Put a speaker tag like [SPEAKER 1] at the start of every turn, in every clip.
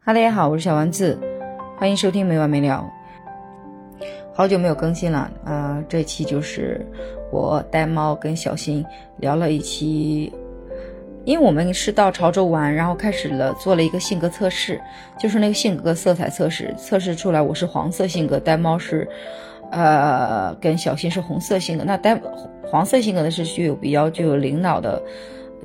[SPEAKER 1] 哈喽，大家好，我是小丸子，欢迎收听没完没了。好久没有更新了，啊、这期就是我带猫跟小新聊了一期，因为我们是到潮州玩，然后开始了做了一个性格测试，就是那个性格色彩测试，测试出来我是黄色性格，呆猫是，呃，跟小新是红色性格。那呆黄色性格的是具有比较具有领导的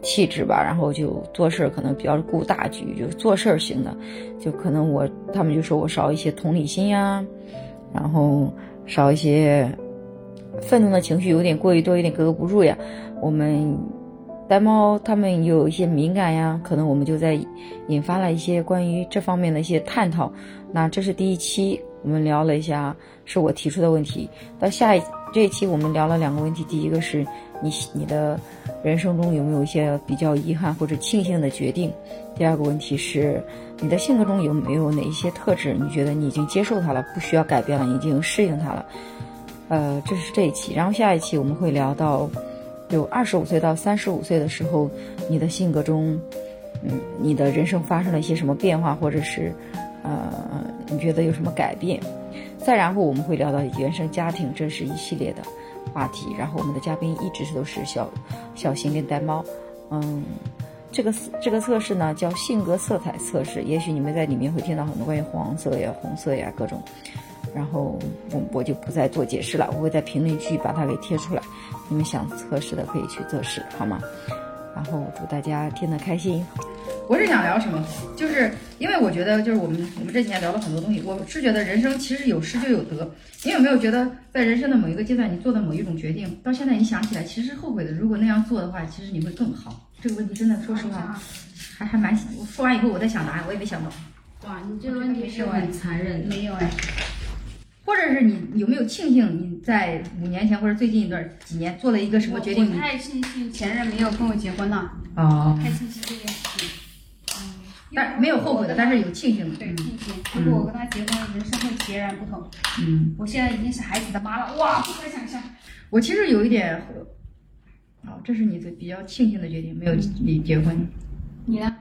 [SPEAKER 1] 气质吧，然后就做事儿可能比较顾大局，就是做事儿型的，就可能我他们就说我少一些同理心呀、然后少一些愤怒的情绪，有点过于多，有点格格不入呀。我们呆猫他们有一些敏感呀，可能我们就在引发了一些关于这方面的一些探讨。那这是第一期，我们聊了一下是我提出的问题。到下一这一期我们聊了两个问题，第一个是你你的人生中有没有一些比较遗憾或者庆幸的决定？第二个问题是你的性格中有没有哪一些特质，你觉得你已经接受它了，不需要改变了，你已经适应它了？呃，这是这一期，然后下一期我们会聊到，有二十五岁到三十五岁的时候，你的性格中，嗯，你的人生发生了一些什么变化，或者是，呃，你觉得有什么改变？再然后我们会聊到原生家庭，这是一系列的话题。然后我们的嘉宾一直都是小小新跟呆猫，嗯，这个这个测试呢叫性格色彩测试，也许你们在里面会听到很多关于黄色呀、红色呀各种。然后我我就不再做解释了，我会在评论区把它给贴出来，你们想测试的可以去测试，好吗？然后祝大家听得开心。
[SPEAKER 2] 我是想聊什么？就是因为我觉得，就是我们我们这几年聊了很多东西，我是觉得人生其实有失就有得。你有没有觉得，在人生的某一个阶段，你做的某一种决定，到现在你想起来，其实后悔的。如果那样做的话，其实你会更好。这个问题真的，说实话，还还蛮……我说完以后，我在想答案，我也没想到。
[SPEAKER 3] 哇，你这个问题是很残忍的。
[SPEAKER 4] 没有哎，
[SPEAKER 2] 或者是你有没有庆幸你在五年前或者最近一段几年做了一个什么决定
[SPEAKER 3] 我？太庆幸
[SPEAKER 4] 前任没有跟我结婚呢，
[SPEAKER 2] 哦，
[SPEAKER 3] 太庆幸这件事情。
[SPEAKER 2] 嗯但没有后悔的，但是嗯有庆幸的。
[SPEAKER 4] 对庆幸。如果我跟他结婚，人生会截然不同。
[SPEAKER 2] 嗯。
[SPEAKER 4] 我现在已经是孩子的妈了，哇，不可想象。
[SPEAKER 2] 我其实有一点，哦，这是你的比较庆幸的决定，没有离结婚。
[SPEAKER 4] 你呢？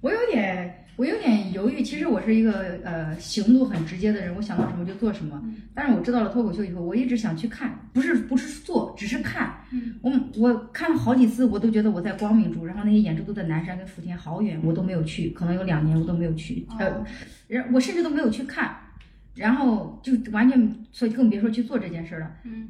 [SPEAKER 2] 我有点，我有点犹豫。其实我是一个呃行动很直接的人，我想到什么就做什么。
[SPEAKER 4] 嗯
[SPEAKER 2] 但是我知道了脱口秀以后，我一直想去看，不是不是做，只是看。
[SPEAKER 4] 嗯，
[SPEAKER 2] 我我看了好几次，我都觉得我在光明住，然后那些演出都在南山跟福田好远，我都没有去，可能有两年我都没有去，呃
[SPEAKER 4] 哦，
[SPEAKER 2] 然我甚至都没有去看，然后就完全，所以更别说去做这件事了。
[SPEAKER 4] 嗯，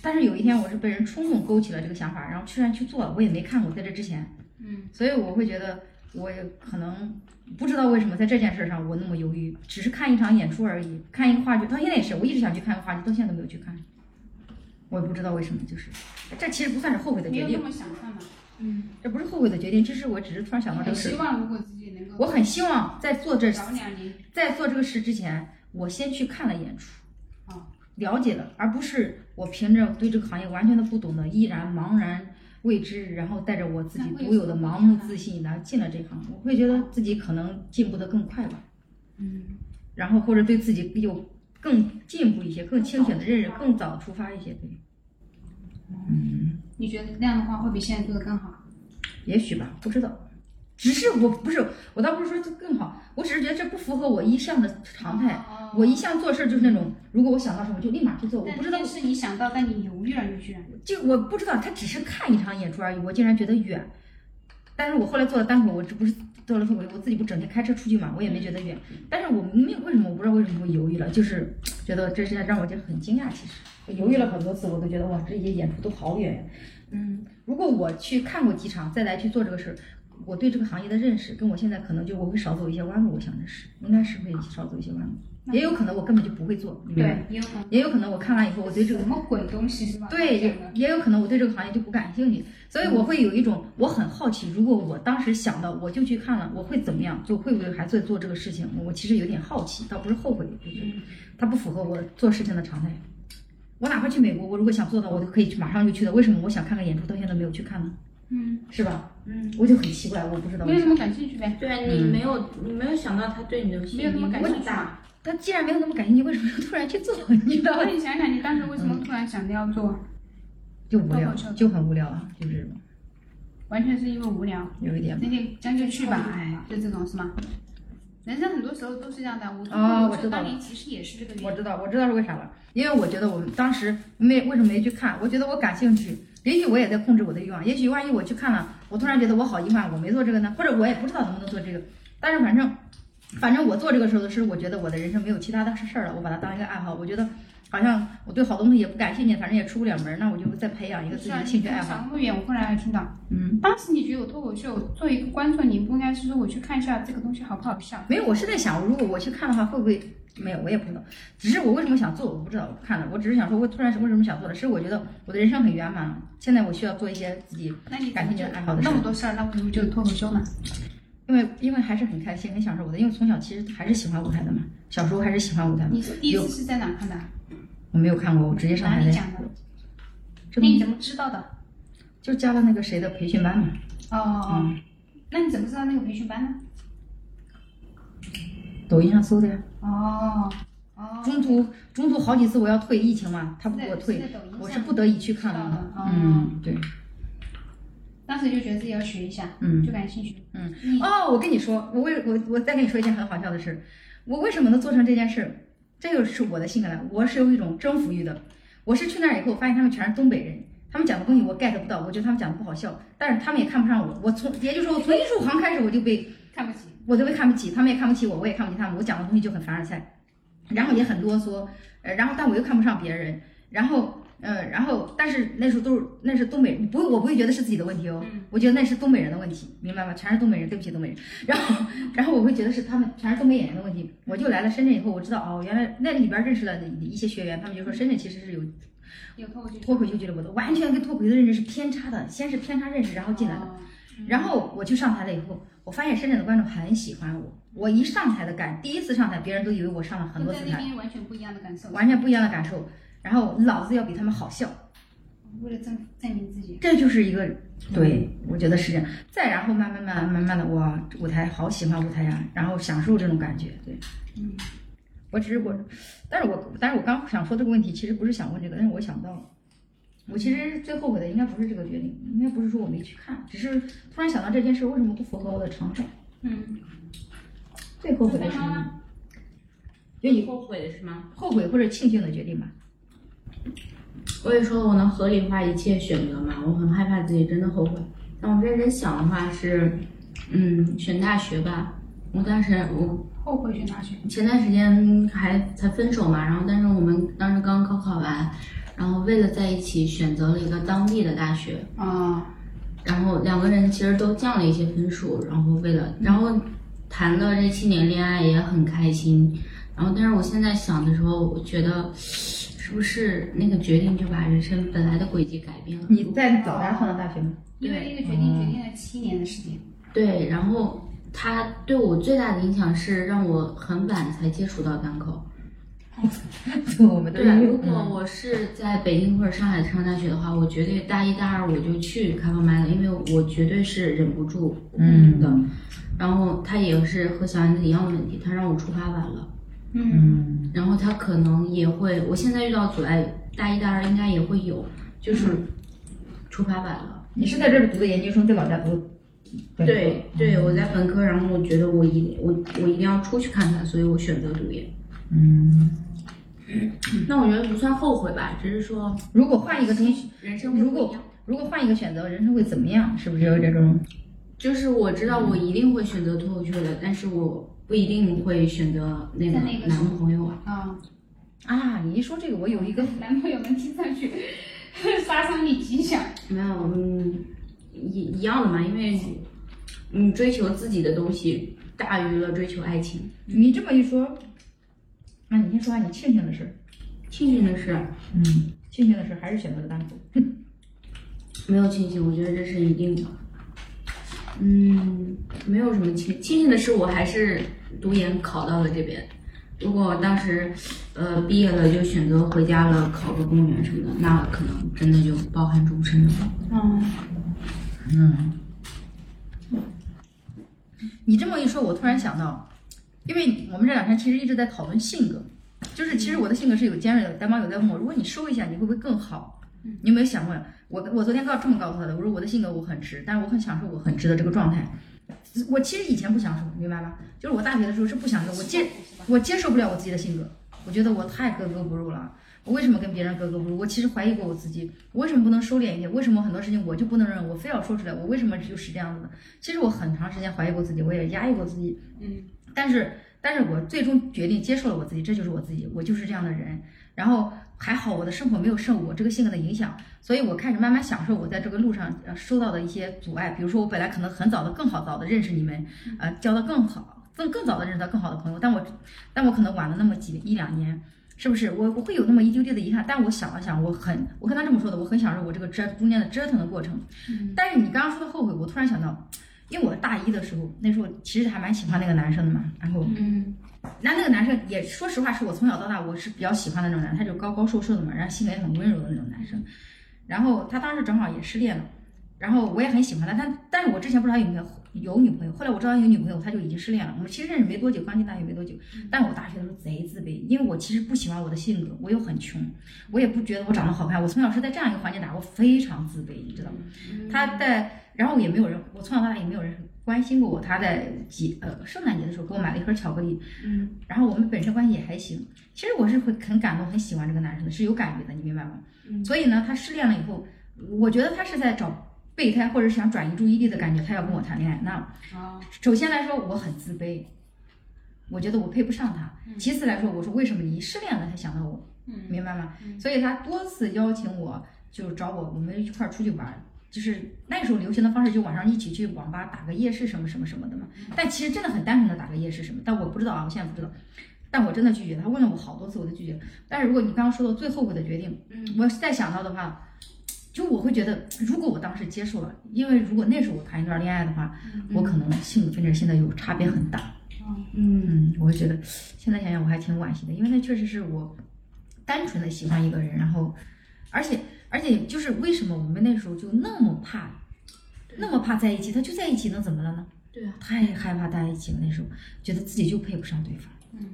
[SPEAKER 2] 但是有一天我是被人冲动勾起了这个想法，然后居然去做了，我也没看过在这之前，
[SPEAKER 4] 嗯，
[SPEAKER 2] 所以我会觉得我也可能不知道为什么在这件事上我那么犹豫，只是看一场演出而已，看一个话剧，到现在也是，我一直想去看个话剧，到现在都没有去看，我也不知道为什么，就是这其实不算是后悔的
[SPEAKER 3] 没
[SPEAKER 2] 决
[SPEAKER 3] 有那
[SPEAKER 2] 定，
[SPEAKER 3] 么想看吧？嗯，
[SPEAKER 2] 这不是后悔的决定，这是我只是突然想到这
[SPEAKER 3] 很
[SPEAKER 2] 个事
[SPEAKER 3] 希
[SPEAKER 2] 儿，
[SPEAKER 3] 望如果自己能够
[SPEAKER 2] 我很希望在做这
[SPEAKER 3] 早两年，
[SPEAKER 2] 在做这个事之前，我先去看了演出，
[SPEAKER 3] 啊，
[SPEAKER 2] 了解了，而不是我凭着对这个行业完全的不懂的，依然茫然未知，然后带着我自己独有的盲目自信，然后进了这行，我会觉得自己可能进步的更快吧，
[SPEAKER 3] 嗯，
[SPEAKER 2] 然后或者对自己有更进步一些、更清醒的认识，更早出发一些，对，
[SPEAKER 3] 你觉得那样的话会比现在做的更好？
[SPEAKER 2] 也许吧，不知道。只是我不是，我倒不是说这更好，我只是觉得这不符合我一向的常态。
[SPEAKER 3] 哦
[SPEAKER 2] 嗯我一向做事就是那种，如果我想到什么就立马去做，我
[SPEAKER 3] 但
[SPEAKER 2] 不知道
[SPEAKER 3] 这是你想到，但你犹豫了，你居然
[SPEAKER 2] 就我不知道，他只是看一场演出而已，我竟然觉得远。但是我后来做了单口，我这不是做了脱口秀，我自己不整天开车出去嘛，我也没觉得远。但是我没有为什么，我不知道为什么我犹豫了，就是觉得这是让我觉得很惊讶。其实我犹豫了很多次，我都觉得哇，这些演出都好远呀。嗯，如果我去看过几场，再来去做这个事儿，我对这个行业的认识，跟我现在可能就我会少走一些弯路。我想的是，应该是会少走一些弯路，也有可能我根本就不会做，你明白吗，
[SPEAKER 3] 对，也有可能
[SPEAKER 2] 也有可能我看完以后，我对这个
[SPEAKER 3] 什么鬼东西是吧？
[SPEAKER 2] 对，也也有可能我对这个行业就不感兴趣，所以我会有一种我很好奇，如果我当时想到我就去看了，我会怎么样？就会不会还在做这个事情？我其实有点好奇，倒不是后悔，就是
[SPEAKER 3] 嗯
[SPEAKER 2] 它不符合我做事情的常态。我哪怕去美国，我如果想做到，我都可以马上就去的。为什么我想看个演出，到现在没有去看呢？
[SPEAKER 3] 嗯
[SPEAKER 2] 是吧？
[SPEAKER 3] 嗯，
[SPEAKER 2] 我就很奇怪，我不知道为
[SPEAKER 3] 没
[SPEAKER 2] 什
[SPEAKER 3] 有
[SPEAKER 2] 么。
[SPEAKER 3] 什么感兴 趣呗，
[SPEAKER 5] 对啊，你没有你没有想到他对你的吸
[SPEAKER 3] 没有
[SPEAKER 5] 引
[SPEAKER 3] 那
[SPEAKER 5] 力
[SPEAKER 3] 么感兴
[SPEAKER 5] 那么
[SPEAKER 3] 趣
[SPEAKER 5] 大，
[SPEAKER 3] 嘛。
[SPEAKER 2] 他既然没有那么感兴趣，为什么又突然去做？你知道吗
[SPEAKER 3] 那？你想想，你当时为什么突然想着要做？
[SPEAKER 2] 就无
[SPEAKER 3] 包
[SPEAKER 2] 聊
[SPEAKER 3] 括这，个
[SPEAKER 2] 就很无聊啊，就是
[SPEAKER 4] 完全是因为无聊。
[SPEAKER 1] 有一点
[SPEAKER 4] 那就将就去吧，
[SPEAKER 3] 哎
[SPEAKER 4] 哎，就这种是吗？人生很多时候都是这样的。我
[SPEAKER 2] 哦
[SPEAKER 4] 我
[SPEAKER 2] 我知道
[SPEAKER 4] 当
[SPEAKER 2] 了
[SPEAKER 4] 年其实也是这个原
[SPEAKER 2] 我
[SPEAKER 4] 因。
[SPEAKER 2] 知道，我知道是为啥了，因为我觉得我们当时没为什么没去看，我觉得我感兴趣，也许我也在控制我的欲望，也许万一我去看了，我突然觉得我好遗憾，我没做这个呢，或者我也不知道能不能做这个，但是反正，反正我做这个时候是我觉得我的人生没有其他的事儿了，我把它当一个爱好，我觉得好像我对好东西也不感兴趣，反正也出不了门儿，那我就再培养一个自己的兴趣爱好，
[SPEAKER 4] 想那么远，我后来还听到，
[SPEAKER 2] 嗯，
[SPEAKER 4] 当时你觉得我脱口秀作为一个观众，你不应该是说我去看一下这个东西好不好笑？
[SPEAKER 2] 没有，我是在想，如果我去看的话，会不会没有？我也不知道。只是我为什么想做，我不知道，我不看了。我只是想说，我突然是为什么想做的，是我觉得我的人生很圆满了。现在我需要做一些自己，
[SPEAKER 4] 那你
[SPEAKER 2] 感兴趣
[SPEAKER 4] 觉
[SPEAKER 2] 爱好的事
[SPEAKER 4] 那么多事儿，那为什么就脱口秀呢？
[SPEAKER 2] 因为因为还是很开心，很享受我的。因为从小其实还是喜欢舞台的嘛，小时候还是喜欢舞台的。
[SPEAKER 4] 你是第一次是在哪看的？
[SPEAKER 2] 我没有看过，我直接上
[SPEAKER 4] 哪
[SPEAKER 2] 台
[SPEAKER 4] 里
[SPEAKER 2] 的，
[SPEAKER 4] 讲的？
[SPEAKER 2] 这
[SPEAKER 4] 那你怎么知道的？
[SPEAKER 2] 就加了那个谁的培训班嘛。
[SPEAKER 4] 哦哦哦
[SPEAKER 2] 嗯，
[SPEAKER 4] 那你怎么知道那个培训班呢？
[SPEAKER 2] 抖音上搜的呀，
[SPEAKER 4] 哦哦，
[SPEAKER 2] 中途中途好几次我要退，疫情嘛，他不给我退
[SPEAKER 4] 是在抖音，上
[SPEAKER 2] 我是不得已去看
[SPEAKER 4] 知道的
[SPEAKER 2] 的。
[SPEAKER 4] 哦
[SPEAKER 2] 嗯，对，
[SPEAKER 4] 当时就觉得自己要学一下，
[SPEAKER 2] 嗯
[SPEAKER 4] 就感兴趣。
[SPEAKER 2] 嗯
[SPEAKER 4] 你
[SPEAKER 2] 哦，我跟你说，我为我我再跟你说一件很好笑的事，我为什么能做成这件事？这个是我的性格来，我是有一种征服欲的。我是去那儿以后，发现他们全是东北人，他们讲的东西我 get 不到，我觉得他们讲的不好笑，但是他们也看不上我。我从也就是说，我从艺术行开始，我就被
[SPEAKER 4] 看不起，
[SPEAKER 2] 我就被看不起，他们也看不起我，我也看不起他们，我讲的东西就很凡尔赛，然后也很啰嗦，呃，然后但我又看不上别人，然后。呃，然后，但是那时候都是那是东北人，不，我不会觉得是自己的问题哦，我觉得那是东北人的问题，明白吗？全是东北人，对不起东北人。然后，然后我会觉得是他们全是东北演员的问题。我就来了深圳以后，我知道哦，原来那里边认识了一些学员，他们就说深圳其实是有
[SPEAKER 4] 有脱口秀
[SPEAKER 2] 脱口秀俱乐部的，完全跟脱口秀的认识是偏差的，先是偏差认识，然后进来的。
[SPEAKER 4] 哦
[SPEAKER 2] 然后我去上台了以后，我发现深圳的观众很喜欢我。我一上台的感，第一次上台，别人都以为我上了很多
[SPEAKER 4] 跟
[SPEAKER 2] 次
[SPEAKER 4] 在那
[SPEAKER 2] 台，
[SPEAKER 4] 边完全不一样的感受。
[SPEAKER 2] 完全不一样的感受。然后老子要比他们好笑，
[SPEAKER 4] 为了证证明自己，
[SPEAKER 2] 这就是一个对，我觉得是这样。再然后慢慢慢慢慢慢的，哇，舞台好喜欢舞台呀、然后享受这种感觉。对，
[SPEAKER 4] 嗯，
[SPEAKER 2] 我只是我，但是我但是我刚想说这个问题，其实不是想问这个，但是我想到了。我其实最后悔的应该不是这个决定，应该不是说我没去看，只是突然想到这件事为什么不符合我的成长。
[SPEAKER 3] 嗯，
[SPEAKER 2] 最后悔的是什么？就你
[SPEAKER 5] 后悔的是吗？
[SPEAKER 2] 后悔或者庆幸的决定吧。
[SPEAKER 5] 我也说我能合理化一切选择嘛，我很害怕自己真的后悔。但我认真想的话是，嗯，选大学吧。我当时我
[SPEAKER 4] 后悔选大学。
[SPEAKER 5] 前段时间还才分手嘛，然后但是我们当时刚高考完，然后为了在一起选择了一个当地的大学，
[SPEAKER 2] 嗯
[SPEAKER 4] 啊，
[SPEAKER 5] 然后两个人其实都降了一些分数，然后为了，然后谈了这七年恋爱也很开心，然后但是我现在想的时候，我觉得是不是那个决定就把人生本来的轨迹改变了？
[SPEAKER 2] 你在早点上的大学吗？
[SPEAKER 4] 因为那个决定决定了七年的时间。
[SPEAKER 5] 对，然后他对我最大的影响是让我很晚才接触到单口。
[SPEAKER 2] 我们都
[SPEAKER 5] 对，如果我是在北京或者上海上大学的话，我绝对大一大二我就去开放麦了，因为我绝对是忍不住
[SPEAKER 2] 嗯
[SPEAKER 5] 的。然后他也是和小燕子一样的问题，他让我出发晚了，
[SPEAKER 2] 嗯
[SPEAKER 5] 然后他可能也会，我现在遇到阻碍，大一大二应该也会有，就是出发晚了。
[SPEAKER 2] 你是在这里读的研究生，在老家读？
[SPEAKER 5] 对对，我在本科，然后我觉得我一定我我一定要出去看看，所以我选择读研。
[SPEAKER 2] 嗯，
[SPEAKER 5] 那我觉得不算后悔吧，只是说
[SPEAKER 2] 如果换一个东西，
[SPEAKER 5] 人生会
[SPEAKER 2] 如
[SPEAKER 5] 不一
[SPEAKER 2] 果
[SPEAKER 5] 样。
[SPEAKER 2] 如果换一个选择，人生会怎么样？是不是有这种？
[SPEAKER 5] 就是我知道我一定会选择脱口秀的，但是我不一定会选择那个
[SPEAKER 4] 在那个
[SPEAKER 5] 男朋友啊。
[SPEAKER 4] 啊，
[SPEAKER 2] 啊，你一说这个，我有一个
[SPEAKER 4] 男朋友能听上去， 杀伤力极小。
[SPEAKER 5] 没有，嗯，一一样的嘛，因为你追求自己的东西大于了追求爱情。
[SPEAKER 2] 你这么一说，那、你先说啊下你庆幸的事。
[SPEAKER 5] 庆幸的是，
[SPEAKER 2] 嗯，庆幸的事还是选择了单口。
[SPEAKER 5] 没有庆幸，我觉得这是一定的。嗯，没有什么庆庆幸的是，我还是读研考到了这边。如果我当时，呃，毕业了就选择回家了，考个公务员什么的，那可能真的就抱憾终身了。
[SPEAKER 4] 嗯，
[SPEAKER 2] 嗯，你这么一说，我突然想到，因为我们这两天其实一直在讨论性格，就是其实我的性格是有尖锐的。呆猫有在问我，如果你收一下，你会不会更好？你有没有想过，我我昨天告这么告诉他的，我说我的性格我很直，但是我很享受我很直的这个状态。我其实以前不享受，你明白吧？就是我大学的时候是不享受，我接我接受不了我自己的性格，我觉得我太格格不入了。我为什么跟别人格格不入？我其实怀疑过我自己，我为什么不能收敛一点？为什么很多事情我就不能忍，我非要说出来？我为什么就是这样子的？其实我很长时间怀疑过自己，我也压抑过自己，
[SPEAKER 3] 嗯，
[SPEAKER 2] 但是但是我最终决定接受了我自己，这就是我自己，我就是这样的人。然后还好我的生活没有受我这个性格的影响，所以我开始慢慢享受我在这个路上呃受到的一些阻碍，比如说我本来可能很早的更好早的认识你们，呃交到更好更更早的认识到更好的朋友，但我但我可能晚了那么几一两年。是不是我我会有那么一丢丢的遗憾？但我想了想，我很我跟他这么说的，我很享受我这个折中间的折腾的过程。但是你刚刚说的后悔，我突然想到，因为我大一的时候，那时候其实还蛮喜欢那个男生的嘛，然后
[SPEAKER 5] 嗯，
[SPEAKER 2] 那那个男生也说实话，是我从小到大我是比较喜欢的那种男生，他就高高瘦瘦的嘛，然后性格也很温柔的那种男生。然后他当时正好也失恋了，然后我也很喜欢他，但但是我之前不知道他有没有有女朋友，后来我知道他有女朋友，他就已经失恋了。我们其实认识没多久，刚进大学没多久，但我大学的时候贼自卑，因为我其实不喜欢我的性格，我又很穷，我也不觉得我长得好看，我从小是在这样一个环境打，我非常自卑，你知道吗？
[SPEAKER 3] 嗯
[SPEAKER 2] 他在，然后也没有人，我从小到大也没有人关心过我。他在节呃圣诞节的时候给我买了一盒巧克力，
[SPEAKER 5] 嗯，
[SPEAKER 2] 然后我们本身关系也还行。其实我是会很感动、很喜欢这个男生的，是有感觉的，你明白吗？
[SPEAKER 5] 嗯
[SPEAKER 2] 所以呢，他失恋了以后，我觉得他是在找备胎或者是想转移注意力的感觉，他要跟我谈恋爱。那
[SPEAKER 3] 哦，
[SPEAKER 2] 首先来说，我很自卑，我觉得我配不上他。其次来说，我说为什么你失恋了才想到我？
[SPEAKER 3] 嗯，
[SPEAKER 2] 明白吗？
[SPEAKER 3] 嗯
[SPEAKER 2] 所以他多次邀请我，就是找我，我们一块儿出去玩儿。就是那时候流行的方式，就晚上一起去网吧打个夜市什么什么什么的嘛。但其实真的很单纯的打个夜市什么，但我不知道啊，我现在不知道。但我真的拒绝，他问了我好多次，我都拒绝。但是如果你刚刚说到最后悔的决定，
[SPEAKER 5] 嗯，
[SPEAKER 2] 我再想到的话，就我会觉得，如果我当时接受了，因为如果那时候我谈一段恋爱的话，我可能性格跟这现在有差别很大。
[SPEAKER 5] 嗯
[SPEAKER 2] 嗯，我觉得现在想想我还挺惋惜的，因为那确实是我单纯的喜欢一个人，然后，而且而且就是为什么我们那时候就那么怕，那么怕在一起，他就在一起能怎么了呢？
[SPEAKER 5] 对啊，
[SPEAKER 2] 太害怕在一起了，那时候觉得自己就配不上对方。
[SPEAKER 3] 嗯，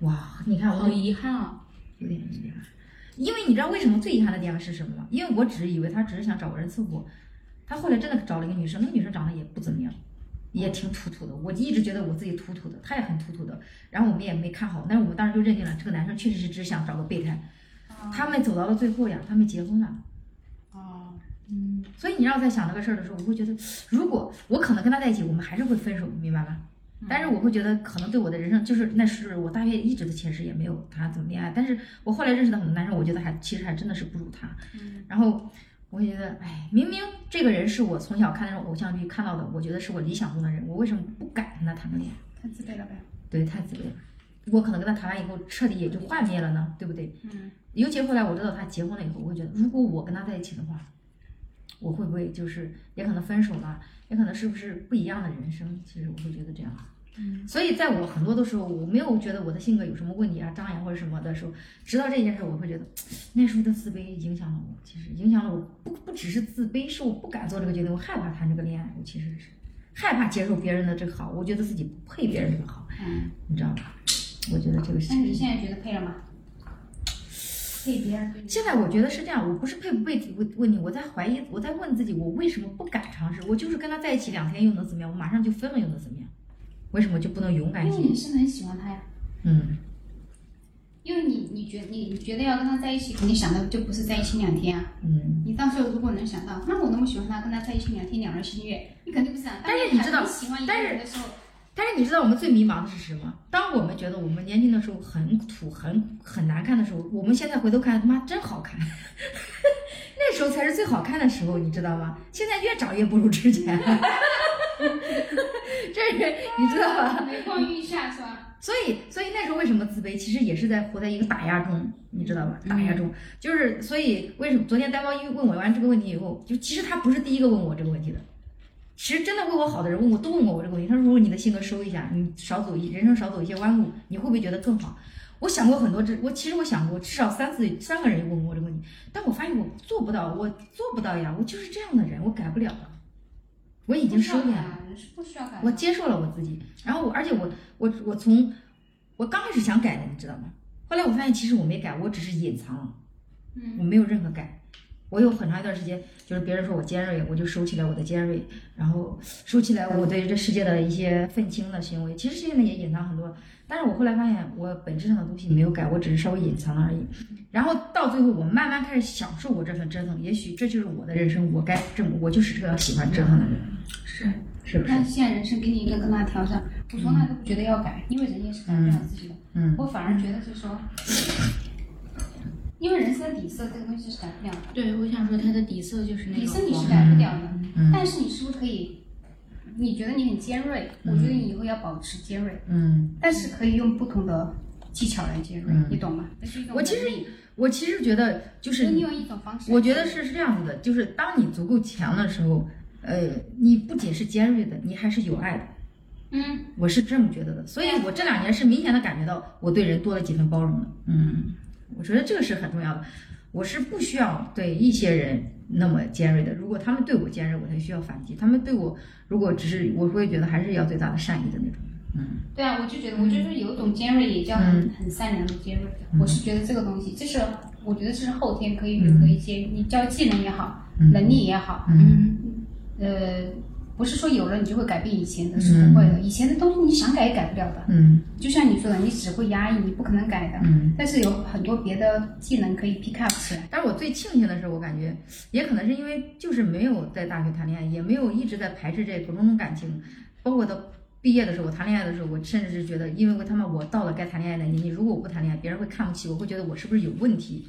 [SPEAKER 2] 哇，你看我
[SPEAKER 5] 好
[SPEAKER 2] 都
[SPEAKER 5] 遗憾啊。
[SPEAKER 2] 有点遗憾，因为你知道为什么最遗憾的点是什么吗？因为我只是以为他只是想找个人伺候我，他后来真的找了一个女生，那个女生长得也不怎么样，也挺土土的。我一直觉得我自己土土的，他也很土土的。然后我们也没看好，但是我们当时就认定了这个男生确实是只想找个备胎。他们走到了最后呀，他们结婚了。
[SPEAKER 3] 哦，
[SPEAKER 2] 所以你让我在想这个事儿的时候，我会觉得，如果我可能跟他在一起，我们还是会分手，明白吧？但是我会觉得，可能对我的人生，就是那是我大学一直的前世也没有谈怎么恋爱，但是我后来认识到很多男生，我觉得还其实还真的是不如他。然后我会觉得，哎，明明这个人是我从小看那种偶像剧看到的，我觉得是我理想中的人，我为什么不敢跟他谈个恋爱？
[SPEAKER 3] 太自卑了呗。
[SPEAKER 2] 对，太自卑了。我可能跟他谈完以后，彻底也就幻灭了呢，对不对？
[SPEAKER 3] 嗯。
[SPEAKER 2] 尤其后来我知道他结婚了以后，我会觉得，如果我跟他在一起的话，我会不会就是也可能分手了，也可能是不是不一样的人生？其实我会觉得这样。嗯、所以，在我很多的时候，我没有觉得我的性格有什么问题啊、张扬或者什么的时候，直到这件事，我会觉得那时候的自卑影响了我。其实影响了我不不只是自卑，是我不敢做这个决定，我害怕谈这个恋爱，我其实是害怕接受别人的这个好，我觉得自己不配别人这个好。
[SPEAKER 3] 嗯，
[SPEAKER 2] 你知道吧？我觉得这个事
[SPEAKER 3] 但是
[SPEAKER 2] 情
[SPEAKER 3] 你，现在觉得配了吗？配别人对你
[SPEAKER 2] 现在我觉得是这样，我不是配不配问问题，我在怀疑，我在问自己，我为什么不敢尝试？我就是跟他在一起两天又能怎么样？我马上就分了又能怎么样？为什么就不能勇敢一
[SPEAKER 3] 因为你
[SPEAKER 2] 些？
[SPEAKER 3] 是很喜欢他呀，
[SPEAKER 2] 嗯，
[SPEAKER 3] 因为你你觉你你觉得要跟他在一起，肯定想的就不是在一起两天啊。
[SPEAKER 2] 嗯，
[SPEAKER 3] 你到时候如果能想到，那我那么喜欢他，跟他在一起两天，两人心悦，你肯定不是啊。
[SPEAKER 2] 但是
[SPEAKER 3] 当
[SPEAKER 2] 你知道
[SPEAKER 3] 很喜欢一个人的时候，
[SPEAKER 2] 但是你知道我们最迷茫的是什么？当我们觉得我们年轻的时候很土、很很难看的时候，我们现在回头看，他妈真好看。 那时候才是最好看的时候，你知道吗？现在越长越不如之前。 这是你知道吧？
[SPEAKER 3] 每况愈下是吧？
[SPEAKER 2] 所以，所以那时候为什么自卑，其实也是在活在一个打压中，你知道吧？打压中，就是所以为什么昨天呆猫一问我完这个问题以后，就其实他不是第一个问我这个问题的，其实真的为我好的人问我都问过我这个问题。他说如果你的性格收一下，你少走一人生少走一些弯路，你会不会觉得更好？我想过很多这，我其实我想过至少三次三个人问过我这个问题，但我发现我做不到，我做不到呀，我就是这样的人，我改不了了，我已
[SPEAKER 3] 已
[SPEAKER 2] 经收敛了。，
[SPEAKER 3] 人是不需要改的。
[SPEAKER 2] 我接受了我自己，然后我而且我我我从我刚开始想改的，你知道吗？后来我发现其实我没改，我只是隐藏了，
[SPEAKER 3] 嗯
[SPEAKER 2] 我没有任何改。我有很长一段时间，就是别人说我尖锐，我就收起来我的尖锐，然后收起来我对这世界的一些愤青的行为。其实现在也隐藏很多，但是我后来发现我本质上的东西没有改，我只是稍微隐藏了而已。然后到最后，我慢慢开始享受我这份折腾。也许这就是我的人生，我该这么，我就是这个喜欢折腾的人，
[SPEAKER 4] 是
[SPEAKER 2] 是不是？
[SPEAKER 3] 但现在人生给你一个更大的挑战，我从来都不觉得要
[SPEAKER 2] 嗯
[SPEAKER 3] 改，因为人也是改不了自己的。
[SPEAKER 1] 嗯
[SPEAKER 3] 我反而觉得是说，因为人生的底色这个东西是改不了的，
[SPEAKER 5] 对，我想说它的底色就是那
[SPEAKER 3] 底色
[SPEAKER 5] 个
[SPEAKER 3] 你
[SPEAKER 5] 黄
[SPEAKER 3] 是
[SPEAKER 5] 的。
[SPEAKER 3] 改不了的，
[SPEAKER 1] 嗯
[SPEAKER 3] 但是你是不是可以？你觉得你很尖锐，
[SPEAKER 2] 嗯
[SPEAKER 3] 我觉得你以后要保持尖锐，
[SPEAKER 1] 嗯
[SPEAKER 3] 但是可以用不同的技巧来尖锐，你懂吗？这是一种
[SPEAKER 2] 嗯我其实
[SPEAKER 3] 能力
[SPEAKER 2] 我其实觉得
[SPEAKER 3] 就
[SPEAKER 2] 就
[SPEAKER 3] 是是你用一种方式，
[SPEAKER 2] 我觉得是是这样子的，就是当你足够强的时候，呃，你不仅是尖锐的，你还是有爱的。
[SPEAKER 3] 嗯，
[SPEAKER 2] 我是这么觉得的，所以我这两年是明显的感觉到我对人多了几分包容的。嗯，我觉得这个是很重要的。我是不需要对一些人那么尖锐的，如果他们对我尖锐，我才需要反击；他们对我如果只是，我会觉得还是要对他的善意的那种。
[SPEAKER 3] 对啊，我就觉得，我就说有一种尖锐，也叫很、很善良的尖锐。我是觉得这个东西，这是我觉得这是后天可以有的一些，你教技能也好，能力也好，
[SPEAKER 5] 嗯，
[SPEAKER 3] 呃，不是说有了你就会改变以前的，是不会的。以前的东西你想改也改不了的，
[SPEAKER 1] 嗯
[SPEAKER 3] 就像你说的，你只会压抑，你不可能改的。
[SPEAKER 1] 嗯
[SPEAKER 3] 但是有很多别的技能可以 pick up 起来。
[SPEAKER 2] 但是我最庆幸的是，我感觉也可能是因为就是没有在大学谈恋爱，也没有一直在排斥这种种感情，包括到毕业的时候，我谈恋爱的时候，我甚至是觉得，因为我他妈我到了该谈恋爱的年纪，如果我不谈恋爱，别人会看不起我，会觉得我是不是有问题，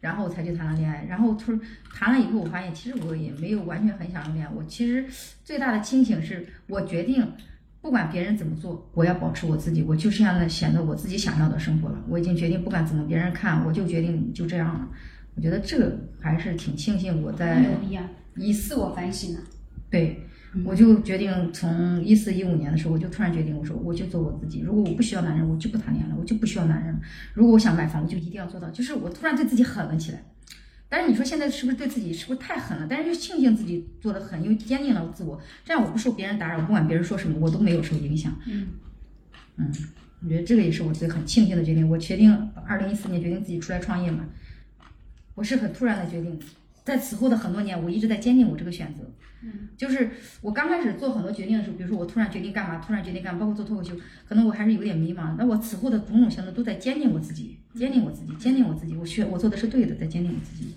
[SPEAKER 2] 然后我才去谈了恋爱。然后突然谈了以后，我发现其实我也没有完全很想要恋爱，我其实最大的清醒是我决定。不管别人怎么做，我要保持我自己，我就是要选择我自己想要的生活了。我已经决定，不管怎么别人看，我就决定就这样了。我觉得这个还是挺庆幸我在
[SPEAKER 3] 牛逼啊！
[SPEAKER 2] 一四，
[SPEAKER 3] 自我反省啊，
[SPEAKER 2] 对，我就决定从一四一五年的时候，我就突然决定，我说我就做我自己。如果我不需要男人，我就不谈恋爱了，我就不需要男人了。如果我想买房，我就一定要做到。就是我突然对自己狠了起来。但是你说现在是不是对自己是不是太狠了？但是又庆幸自己做的狠，又坚定了自我，这样我不受别人打扰，不管别人说什么，我都没有受影响。
[SPEAKER 3] 嗯
[SPEAKER 2] 嗯，我觉得这个也是我最很庆幸的决定。我决定二零一四年决定自己出来创业嘛，我是很突然的决定。在此后的很多年，我一直在坚定我这个选择。
[SPEAKER 3] 嗯，
[SPEAKER 2] 就是我刚开始做很多决定的时候，比如说我突然决定干嘛，突然决定干嘛，包括做脱口秀，可能我还是有点迷茫。但我此后的种种行动都在坚定我自己，坚定我自己，坚定我自己。我学我做的是对的，在坚定我自己。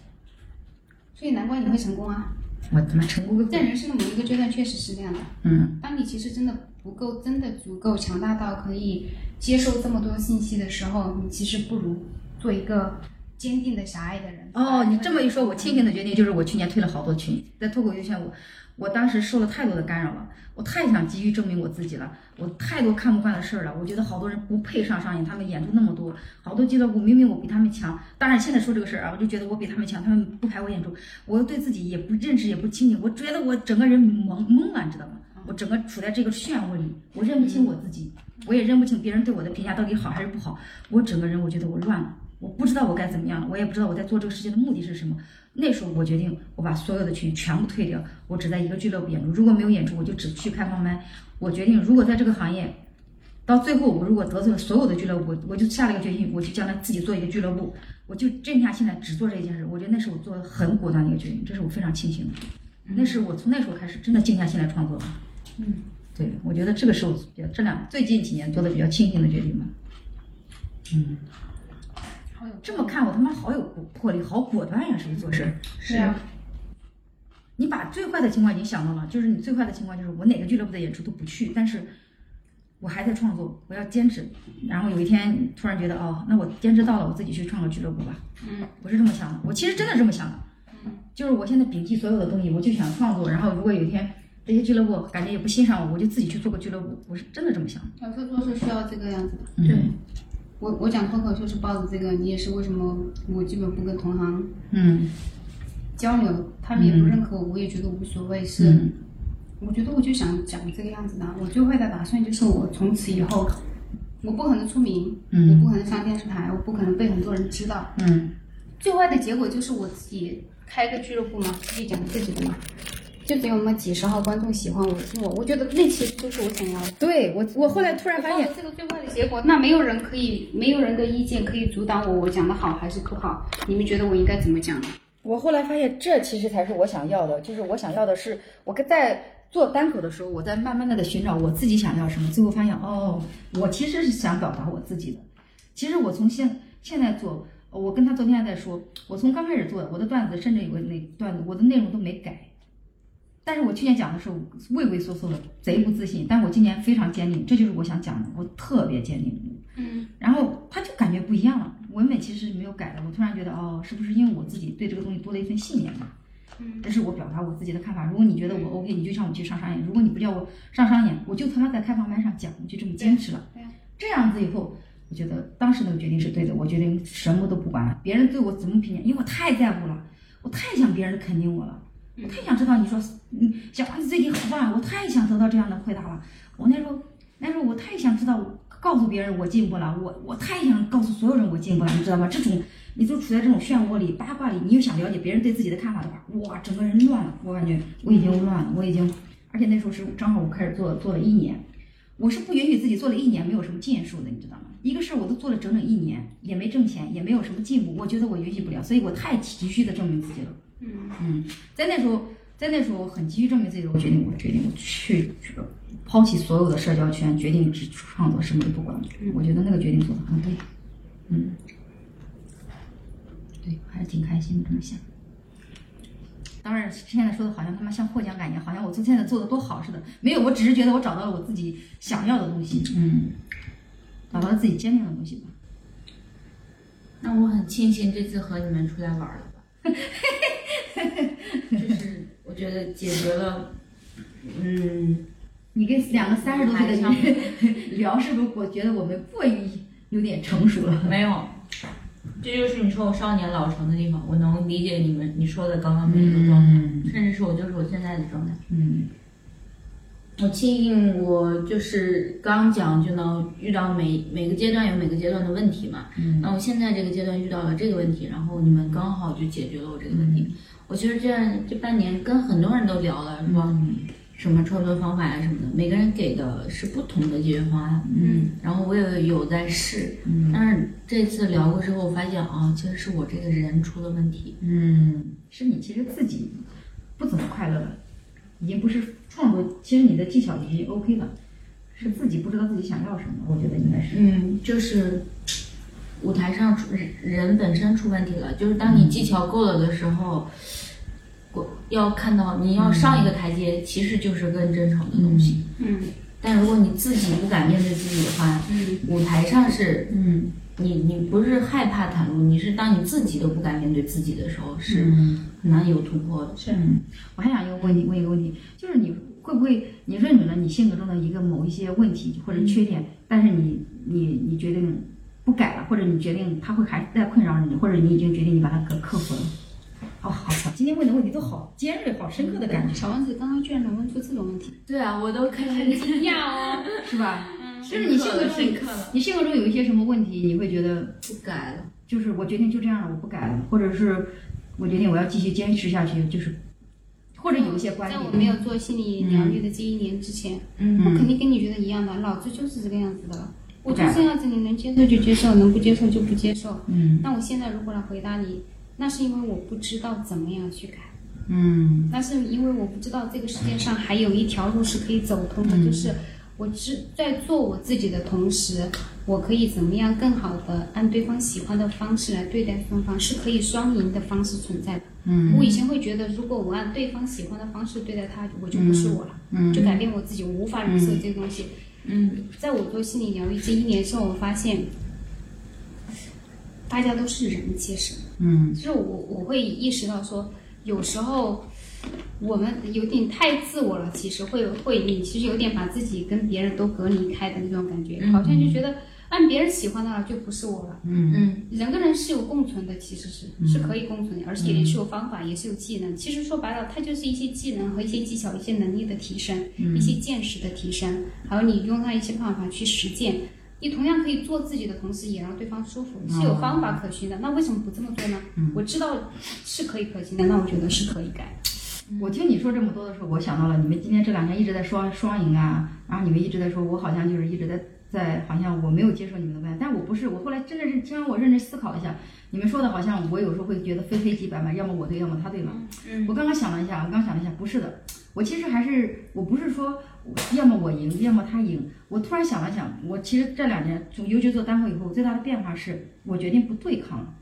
[SPEAKER 3] 所以难怪你会成功啊！
[SPEAKER 2] 我他妈成功个
[SPEAKER 3] 在
[SPEAKER 2] 鬼！
[SPEAKER 3] 人生的某一个阶段，确实是这样的。
[SPEAKER 2] 嗯
[SPEAKER 3] 当你其实真的不够，真的足够强大到可以接受这么多信息的时候，你其实不如做一个坚定的狭隘的人。哎
[SPEAKER 2] 哦，你这么一说，
[SPEAKER 3] 嗯
[SPEAKER 2] 我庆幸的决定就是我去年退了好多群，在脱口秀圈我，我当时受了太多的干扰了，我太想急于证明我自己了，我太多看不惯的事儿了，我觉得好多人不配上上演，他们演出那么多，好多俱乐部明明我比他们强，当然现在说这个事儿啊，我就觉得我比他们强，他们不排我演出，我对自己也不认识也不清醒，我觉得我整个人懵懵了，你知道吗？我整个处在这个漩涡里，我认不清我自己，我也认不清别人对我的评价到底好还是不好，我整个人我觉得我乱了。我不知道我该怎么样了，我也不知道我在做这个事情的目的是什么。那时候我决定，我把所有的群全部退掉，我只在一个俱乐部演出。如果没有演出，我就只去开放麦。我决定，如果在这个行业，到最后我如果得罪了所有的俱乐部，我就下了一个决心，我就将来自己做一个俱乐部，我就静下心来只做这件事。我觉得那是我做的很果断的一个决定，这是我非常庆幸的。那是我从那时候开始真的静下心来创作了。
[SPEAKER 3] 嗯，
[SPEAKER 2] 对，我觉得这个是我比较这两最近几年做的比较庆幸的决定吧。嗯。
[SPEAKER 3] 好有
[SPEAKER 2] 这么看，我他妈好有魄力，好果断呀！谁做事儿？
[SPEAKER 3] 是啊，
[SPEAKER 2] 你把最坏的情况已经想到了，就是你最坏的情况就是我哪个俱乐部的演出都不去，但是我还在创作，我要坚持。然后有一天你突然觉得，哦，那我坚持到了，我自己去创个俱乐部吧。
[SPEAKER 3] 嗯，
[SPEAKER 2] 我是这么想的，我其实真的这么想的。就是我现在摒弃所有的东西，我就想创作。然后如果有一天这些俱乐部感觉也不欣赏我，我就自己去做个俱乐部。我是真的这么想的。
[SPEAKER 3] 有时候做事需要这个样子的。
[SPEAKER 2] 嗯
[SPEAKER 5] 对，
[SPEAKER 3] 我我讲脱口秀是抱着这个，你也是为什么我基本不跟同行
[SPEAKER 2] 嗯
[SPEAKER 3] 交流，他们也不认可我，我也觉得无所谓。是，
[SPEAKER 2] 嗯
[SPEAKER 3] 我觉得我就想讲这个样子的，我最坏的打算就是我从此以后，我不可能出名，
[SPEAKER 2] 嗯
[SPEAKER 3] 我不可能上电视台，我不可能被很多人知道，
[SPEAKER 2] 嗯
[SPEAKER 3] 最坏的结果就是我自己开个俱乐部嘛，自己讲自己的嘛。就只有那么几十号观众喜欢我做，我觉得那其实就是我想要的。
[SPEAKER 2] 对我，我后来突然发
[SPEAKER 3] 发现
[SPEAKER 2] 现，
[SPEAKER 3] 这个最坏的结果，那没有人可以，没有人的意见可以阻挡我，我讲的好还是不好？你们觉得我应该怎么讲？
[SPEAKER 1] 我后来发现，这其实才是我想要的，就是我想要的是，我跟在
[SPEAKER 2] 做单口的时候，我在慢慢的在寻找我自己想要什么，最后发现哦，我其实是想表达我自己的。其实我从现现在做，呃我跟他昨天还在说，我从刚开始做我的段子，甚至有个那段子，我的内容都没改。但是我去年讲的时候畏畏缩缩的，贼不自信。但我今年非常坚定，这就是我想讲的，我特别坚定。
[SPEAKER 3] 嗯，
[SPEAKER 2] 然后他就感觉不一样了。文本其实没有改的，我突然觉得哦，是不是因为我自己对这个东西多了一份信念吧？
[SPEAKER 3] 嗯，
[SPEAKER 2] 这是我表达我自己的看法。如果你觉得我 OK，你就让我去上商演；如果你不叫我上商演，我就他妈在开放麦上讲，我就这么坚持了
[SPEAKER 3] 对啊对。
[SPEAKER 2] 这样子以后，我觉得当时那个决定是对的。我决定什么都不管了，别人对我怎么评价，因为我太在乎了，我太想别人肯定我了。我太想知道你说你小王子最近好棒，我太想得到这样的回答了。我那时候那时候我太想知道，告诉别人我进步了，我我太想告诉所有人我进步了，你知道吗？这种你就处在这种漩涡里、八卦里，你又想了解别人对自己的看法的话，哇，整个人乱了。我感觉我已经乱了，我已经，而且那时候是正好我开始做做了一年，我是不允许自己做了一年没有什么建树的，你知道吗？一个事儿我都做了整整一年，也没挣钱，也没有什么进步，我觉得我允许不了，所以我太急需的证明自己了。
[SPEAKER 3] 嗯
[SPEAKER 2] 嗯，在那时候，在那时候很急于证明自己的，我决定，我决定我去抛弃所有的社交圈，决定只创作，什么都不管。我觉得那个决定做的很嗯对，嗯，对，还是挺开心的，这么想。当然，现在说的好像他妈像获奖感言，好像我做现在做的多好似的。没有，我只是觉得我找到了我自己想要的东西，嗯，找到了自己坚定的东西吧。
[SPEAKER 5] 那我很庆幸这次和你们出来玩儿了吧， 就是我觉得解决了，嗯，
[SPEAKER 2] 你跟两个三十多岁的 女聊，是不是我觉得我们过于有点成熟了？
[SPEAKER 5] 没有，这就是你说我少年老成的地方，我能理解你们你说的刚刚那个状态，
[SPEAKER 3] 嗯
[SPEAKER 5] 甚至是我就是我现在的状态。
[SPEAKER 2] 嗯
[SPEAKER 5] 我庆幸我就是刚讲就能遇到每每个阶段有每个阶段的问题嘛，
[SPEAKER 2] 嗯
[SPEAKER 5] 那我现在这个阶段遇到了这个问题，然后你们刚好就解决了我这个问题。我其实这样这半年跟很多人都聊了，说什么创作方法呀、什么的，每个人给的是不同的解决方案。
[SPEAKER 3] 嗯，
[SPEAKER 5] 然后我也有在试，
[SPEAKER 2] 嗯
[SPEAKER 5] 但是这次聊过之后，我发现啊，其实是我这个人出了问题。
[SPEAKER 2] 嗯，是你其实自己不怎么快乐了，已经不是创作，其实你的技巧已经 OK 了，是自己不知道自己想要什么，我觉得应该是。
[SPEAKER 5] 嗯，就是舞台上出人人本身出问题了，就是当你技巧够了的时候，我要看到你要上一个台阶，其实就是更真诚的东西。
[SPEAKER 3] 嗯
[SPEAKER 5] 但如果你自己不敢面对自己的话，
[SPEAKER 3] 嗯
[SPEAKER 5] 舞台上是
[SPEAKER 2] 嗯
[SPEAKER 5] 你你不是害怕袒露，你是当你自己都不敢面对自己的时候，是
[SPEAKER 2] 嗯
[SPEAKER 5] 很难有突破的。
[SPEAKER 2] 是。嗯我还想一个问题，问一个问题，就是你会不会你认准了你性格中的一个某一些问题或者缺点，但是你你你决定不改了，或者你决定它会还在困扰你，或者你已经决定你把它克克服了。哦，好好，今天问的问题都好尖锐，好深刻的感觉，
[SPEAKER 3] 嗯小王子刚刚居然能问出这种问题，
[SPEAKER 5] 对啊，我都开始
[SPEAKER 3] 惊讶哦。
[SPEAKER 2] 是吧？就是你性格中
[SPEAKER 5] 刻了，
[SPEAKER 2] 你性格中有一些什么问题，你会觉得
[SPEAKER 5] 不改了。
[SPEAKER 2] 就是我决定就这样了，我不改
[SPEAKER 3] 嗯
[SPEAKER 2] 了，或者是我决定我要继续坚持下去，就是或者有一些观
[SPEAKER 3] 在我
[SPEAKER 2] 点，
[SPEAKER 3] 没有做心理疗愈的这一年之前，
[SPEAKER 5] 嗯
[SPEAKER 3] 我肯定跟你觉得一样的，老子就是这个样子的了。我
[SPEAKER 2] 不
[SPEAKER 3] 就
[SPEAKER 2] 改
[SPEAKER 3] 这样子，你能接受就接受，能不接受就不接受。
[SPEAKER 2] 嗯
[SPEAKER 3] 那我现在如果来回答你，那是因为我不知道怎么样去改，
[SPEAKER 2] 嗯
[SPEAKER 3] 那是因为我不知道这个世界上还有一条路是可以走通
[SPEAKER 2] 嗯
[SPEAKER 3] 的，就是我只在做我自己的同时，我可以怎么样更好的按对方喜欢的方式来对待双方，是可以双赢的方式存在的。
[SPEAKER 2] 嗯
[SPEAKER 3] 我以前会觉得，如果我按对方喜欢的方式对待他，我就不是我了，
[SPEAKER 2] 嗯
[SPEAKER 3] 就改变我自己，我无法忍受这个东西。
[SPEAKER 5] 嗯
[SPEAKER 3] 在我做心理疗愈这一年之后，我发现大家都是人，其实
[SPEAKER 2] 嗯
[SPEAKER 3] 就是我我会意识到说，有时候我们有点太自我了，其实会会你其实有点把自己跟别人都隔离开的那种感觉，好像就觉得按别人喜欢的了就不是我了。
[SPEAKER 2] 嗯
[SPEAKER 5] 嗯
[SPEAKER 3] 人跟人是有共存的，其实是是可以共存的，而且也是有方法，也是有技能。其实说白了，它就是一些技能和一些技巧、一些能力的提升，一些见识的提升，还有你用上一些办法去实践。你同样可以做自己的同时，也让对方舒服，是有方嗯法可循的。那为什么不这么做呢？我知道是可以可行的，那我觉得是可以改。
[SPEAKER 2] 我听你说这么多的时候，我想到了你们今天这两天一直在说双赢啊，然后你们一直在说，我好像就是一直在在，好像我没有接受你们的观点，但我不是，我后来真的是，经常我认真思考一下，你们说的好像我有时候会觉得非黑即白嘛，要么我对，要么他对嘛。
[SPEAKER 3] 嗯
[SPEAKER 2] 我刚刚想了一下，我刚想了一下，不是的，我其实还是我不是说我要么我赢，要么他赢。我突然想了想，我其实这两年从尤其做单位以后，最大的变化是我决定不对抗了。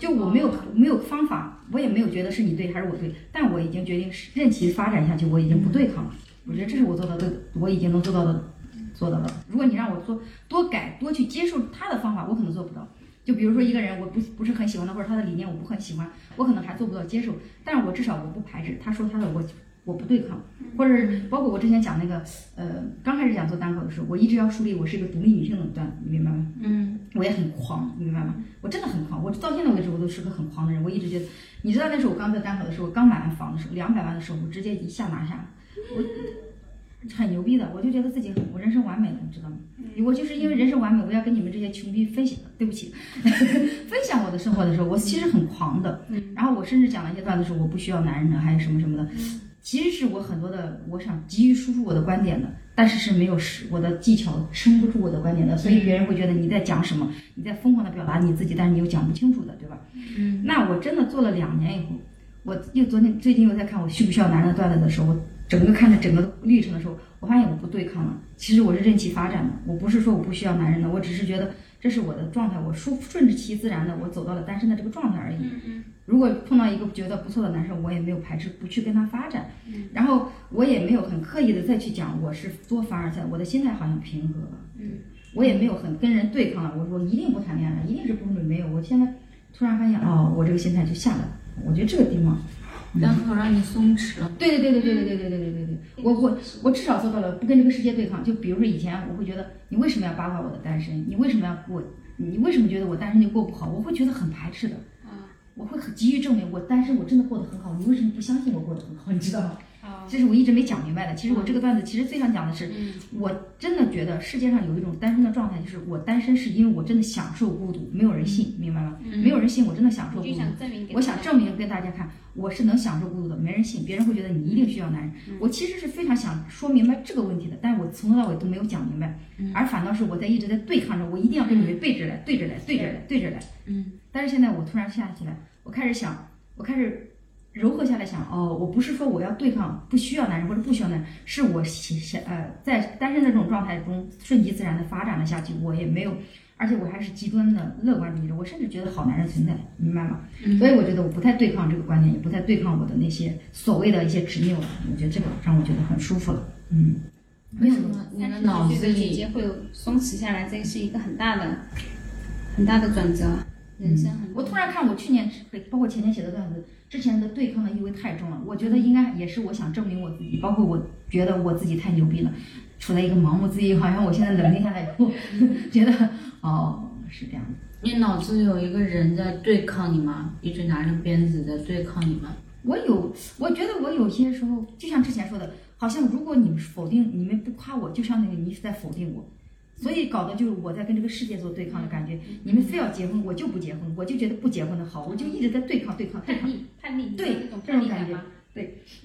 [SPEAKER 2] 就我没有没有方法，我也没有觉得是你对还是我对，但我已经决定是任其发展下去，我已经不对抗了。我觉得这是我做到的，我已经能做到的，做到的。如果你让我做多改多去接受他的方法，我可能做不到。就比如说一个人，我不不是很喜欢他，或者他的理念我不很喜欢，我可能还做不到接受，但是我至少我不排斥他说他的我。我不对抗，或者是包括我之前讲那个，呃，刚开始讲做单口的时候，我一直要树立我是一个独立女性垄断，你明白吗？
[SPEAKER 3] 嗯
[SPEAKER 2] 我也很狂，你明白吗？我真的很狂，我到现在为止我都是个很狂的人。我一直觉得，你知道那时候我刚在单口的时候，我刚买完房的时候，两百万的时候，我直接一下拿下了，我很牛逼的，我就觉得自己很，我人生完美了，你知道吗？我就是因为人生完美，我要跟你们这些穷逼分享，对不起， 分享我的生活的时候，我其实很狂的。然后我甚至讲了一些段子说我不需要男人的，还有什么什么的，其实是我很多的，我想急于输出我的观点的，但是是没有实我的技巧撑不住我的观点的，所以别人会觉得你在讲什么，你在疯狂的表达你自己，但是你又讲不清楚的，对吧？
[SPEAKER 5] 嗯，
[SPEAKER 2] 那我真的做了两年以后，我又昨天最近又在看我需不需要男人的段子的时候，我整个看着整个历程的时候，我发现我不对抗了，其实我是任其发展的，我不是说我不需要男人的，我只是觉得这是我的状态，我舒顺着其自然的，我走到了单身的这个状态而已。
[SPEAKER 3] 嗯嗯
[SPEAKER 2] 如果碰到一个觉得不错的男生，我也没有排斥不去跟他发展，然后我也没有很刻意的再去讲我是多凡尔赛，我的心态好像平和了，
[SPEAKER 3] 嗯，
[SPEAKER 2] 我也没有很跟人对抗了，我说一定不谈恋爱，一定是不婚没有，我现在突然发现哦，我这个心态就下来了，我觉得这个地方，
[SPEAKER 5] 然后让你松弛了，
[SPEAKER 2] 对对对对对对对对对对对对，我我我至少做到了不跟这个世界对抗。就比如说以前我会觉得你为什么要八卦我的单身？你为什么要过？你为什么觉得我单身就过不好？我会觉得很排斥的。
[SPEAKER 3] 嗯
[SPEAKER 2] 我会很急于证明我单身我真的过得很好，你为什么不相信我过得很好？你知道吗？
[SPEAKER 3] 啊
[SPEAKER 2] 这是我一直没讲明白的。其实我
[SPEAKER 3] 嗯
[SPEAKER 2] 这个段子其实最想讲的是，我真的觉得世界上有一种单身的状态，就是我单身是因为我真的享受孤独，没有人信，明白吗？没有人信，我真的享受
[SPEAKER 3] 我
[SPEAKER 2] 孤
[SPEAKER 3] 嗯就
[SPEAKER 2] 独。
[SPEAKER 3] 想证明给
[SPEAKER 2] 我想证明跟大家看，我是能享受孤独的，没人信，别人会觉得你一定需要男人。我其实是非常想说明白这个问题的，但我从头到尾都没有讲明白，而反倒是我在一直在对抗着，我一定要跟你们对着来，对着来，对着来，对着来。
[SPEAKER 5] 嗯。
[SPEAKER 2] 但是现在我突然下起来，我开始想，我开始柔和下来想，哦，我不是说我要对抗不需要男人或者不需要男人，是我想呃在单身的这种状态中顺其自然的发展了下去，我也没有。而且我还是极端的乐观主义者，我甚至觉得好男人存在，明白吗？
[SPEAKER 5] 嗯
[SPEAKER 2] 所以我觉得我不太对抗这个观点，也不太对抗我的那些所谓的一些执拗了。我觉得这个让我觉得很舒服了。嗯，
[SPEAKER 5] 为什么你的脑子
[SPEAKER 3] 的姐姐
[SPEAKER 5] 里
[SPEAKER 3] 会有松弛下来，这是一个很大的、很大的转折，人生很。
[SPEAKER 2] 我突然看我去年包括前年写的段子，之前的对抗的意味太重了。我觉得应该也是我想证明我自己，包括我觉得我自己太牛逼了，处在一个盲目自己，好像我现在冷静下来以后， 觉得哦是这样的。
[SPEAKER 5] 你脑子里有一个人在对抗你吗？一直拿着鞭子在对抗你吗？
[SPEAKER 2] 我有，我觉得我有些时候，就像之前说的，好像如果你们否定，你们不夸我，就相当于你是在否定我，所以搞得就是我在跟这个世界做对抗的感觉。你们非要结婚，我就不结婚，我就觉得不结婚的好，我就一直在对抗对抗对
[SPEAKER 3] 叛
[SPEAKER 2] 抗。
[SPEAKER 3] 逆，叛逆，
[SPEAKER 2] 对
[SPEAKER 3] 那种
[SPEAKER 2] 这
[SPEAKER 3] 叛
[SPEAKER 2] 种
[SPEAKER 3] 逆
[SPEAKER 2] 感
[SPEAKER 3] 感
[SPEAKER 2] 觉
[SPEAKER 3] 吗？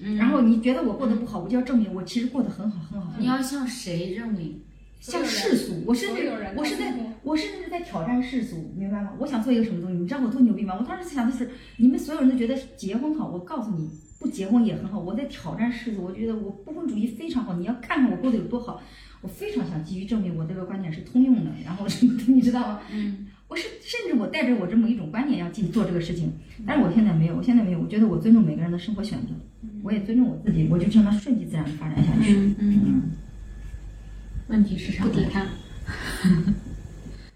[SPEAKER 5] 嗯
[SPEAKER 2] 然后你觉得我过得不好，我就要证明我其实过得很好很好。
[SPEAKER 5] 你要向谁认为？
[SPEAKER 2] 像世俗，我甚
[SPEAKER 3] 所
[SPEAKER 2] 至
[SPEAKER 3] 有人
[SPEAKER 2] 我是在
[SPEAKER 3] 都是
[SPEAKER 2] 我甚至是在挑战世俗，明白吗？我想做一个什么东西，你知道我多牛逼吗？我当时想的是，你们所有人都觉得结婚好，我告诉你，不结婚也很好。我在挑战世俗，我觉得我不婚主义非常好，你要看看我过得有多好。我非常想急于证明我这个观点是通用的，然后你知道吗？
[SPEAKER 5] 嗯，
[SPEAKER 2] 我是甚至我带着我这么一种观点要去做这个事情，但是我现在没有，我现在没有，我觉得我尊重每个人的生活选择，我也尊重我自己，我就让它顺其自然地发展下去。
[SPEAKER 3] 嗯，
[SPEAKER 2] 嗯
[SPEAKER 5] 问题是啥
[SPEAKER 3] 不
[SPEAKER 5] 呢？
[SPEAKER 3] 抵抗，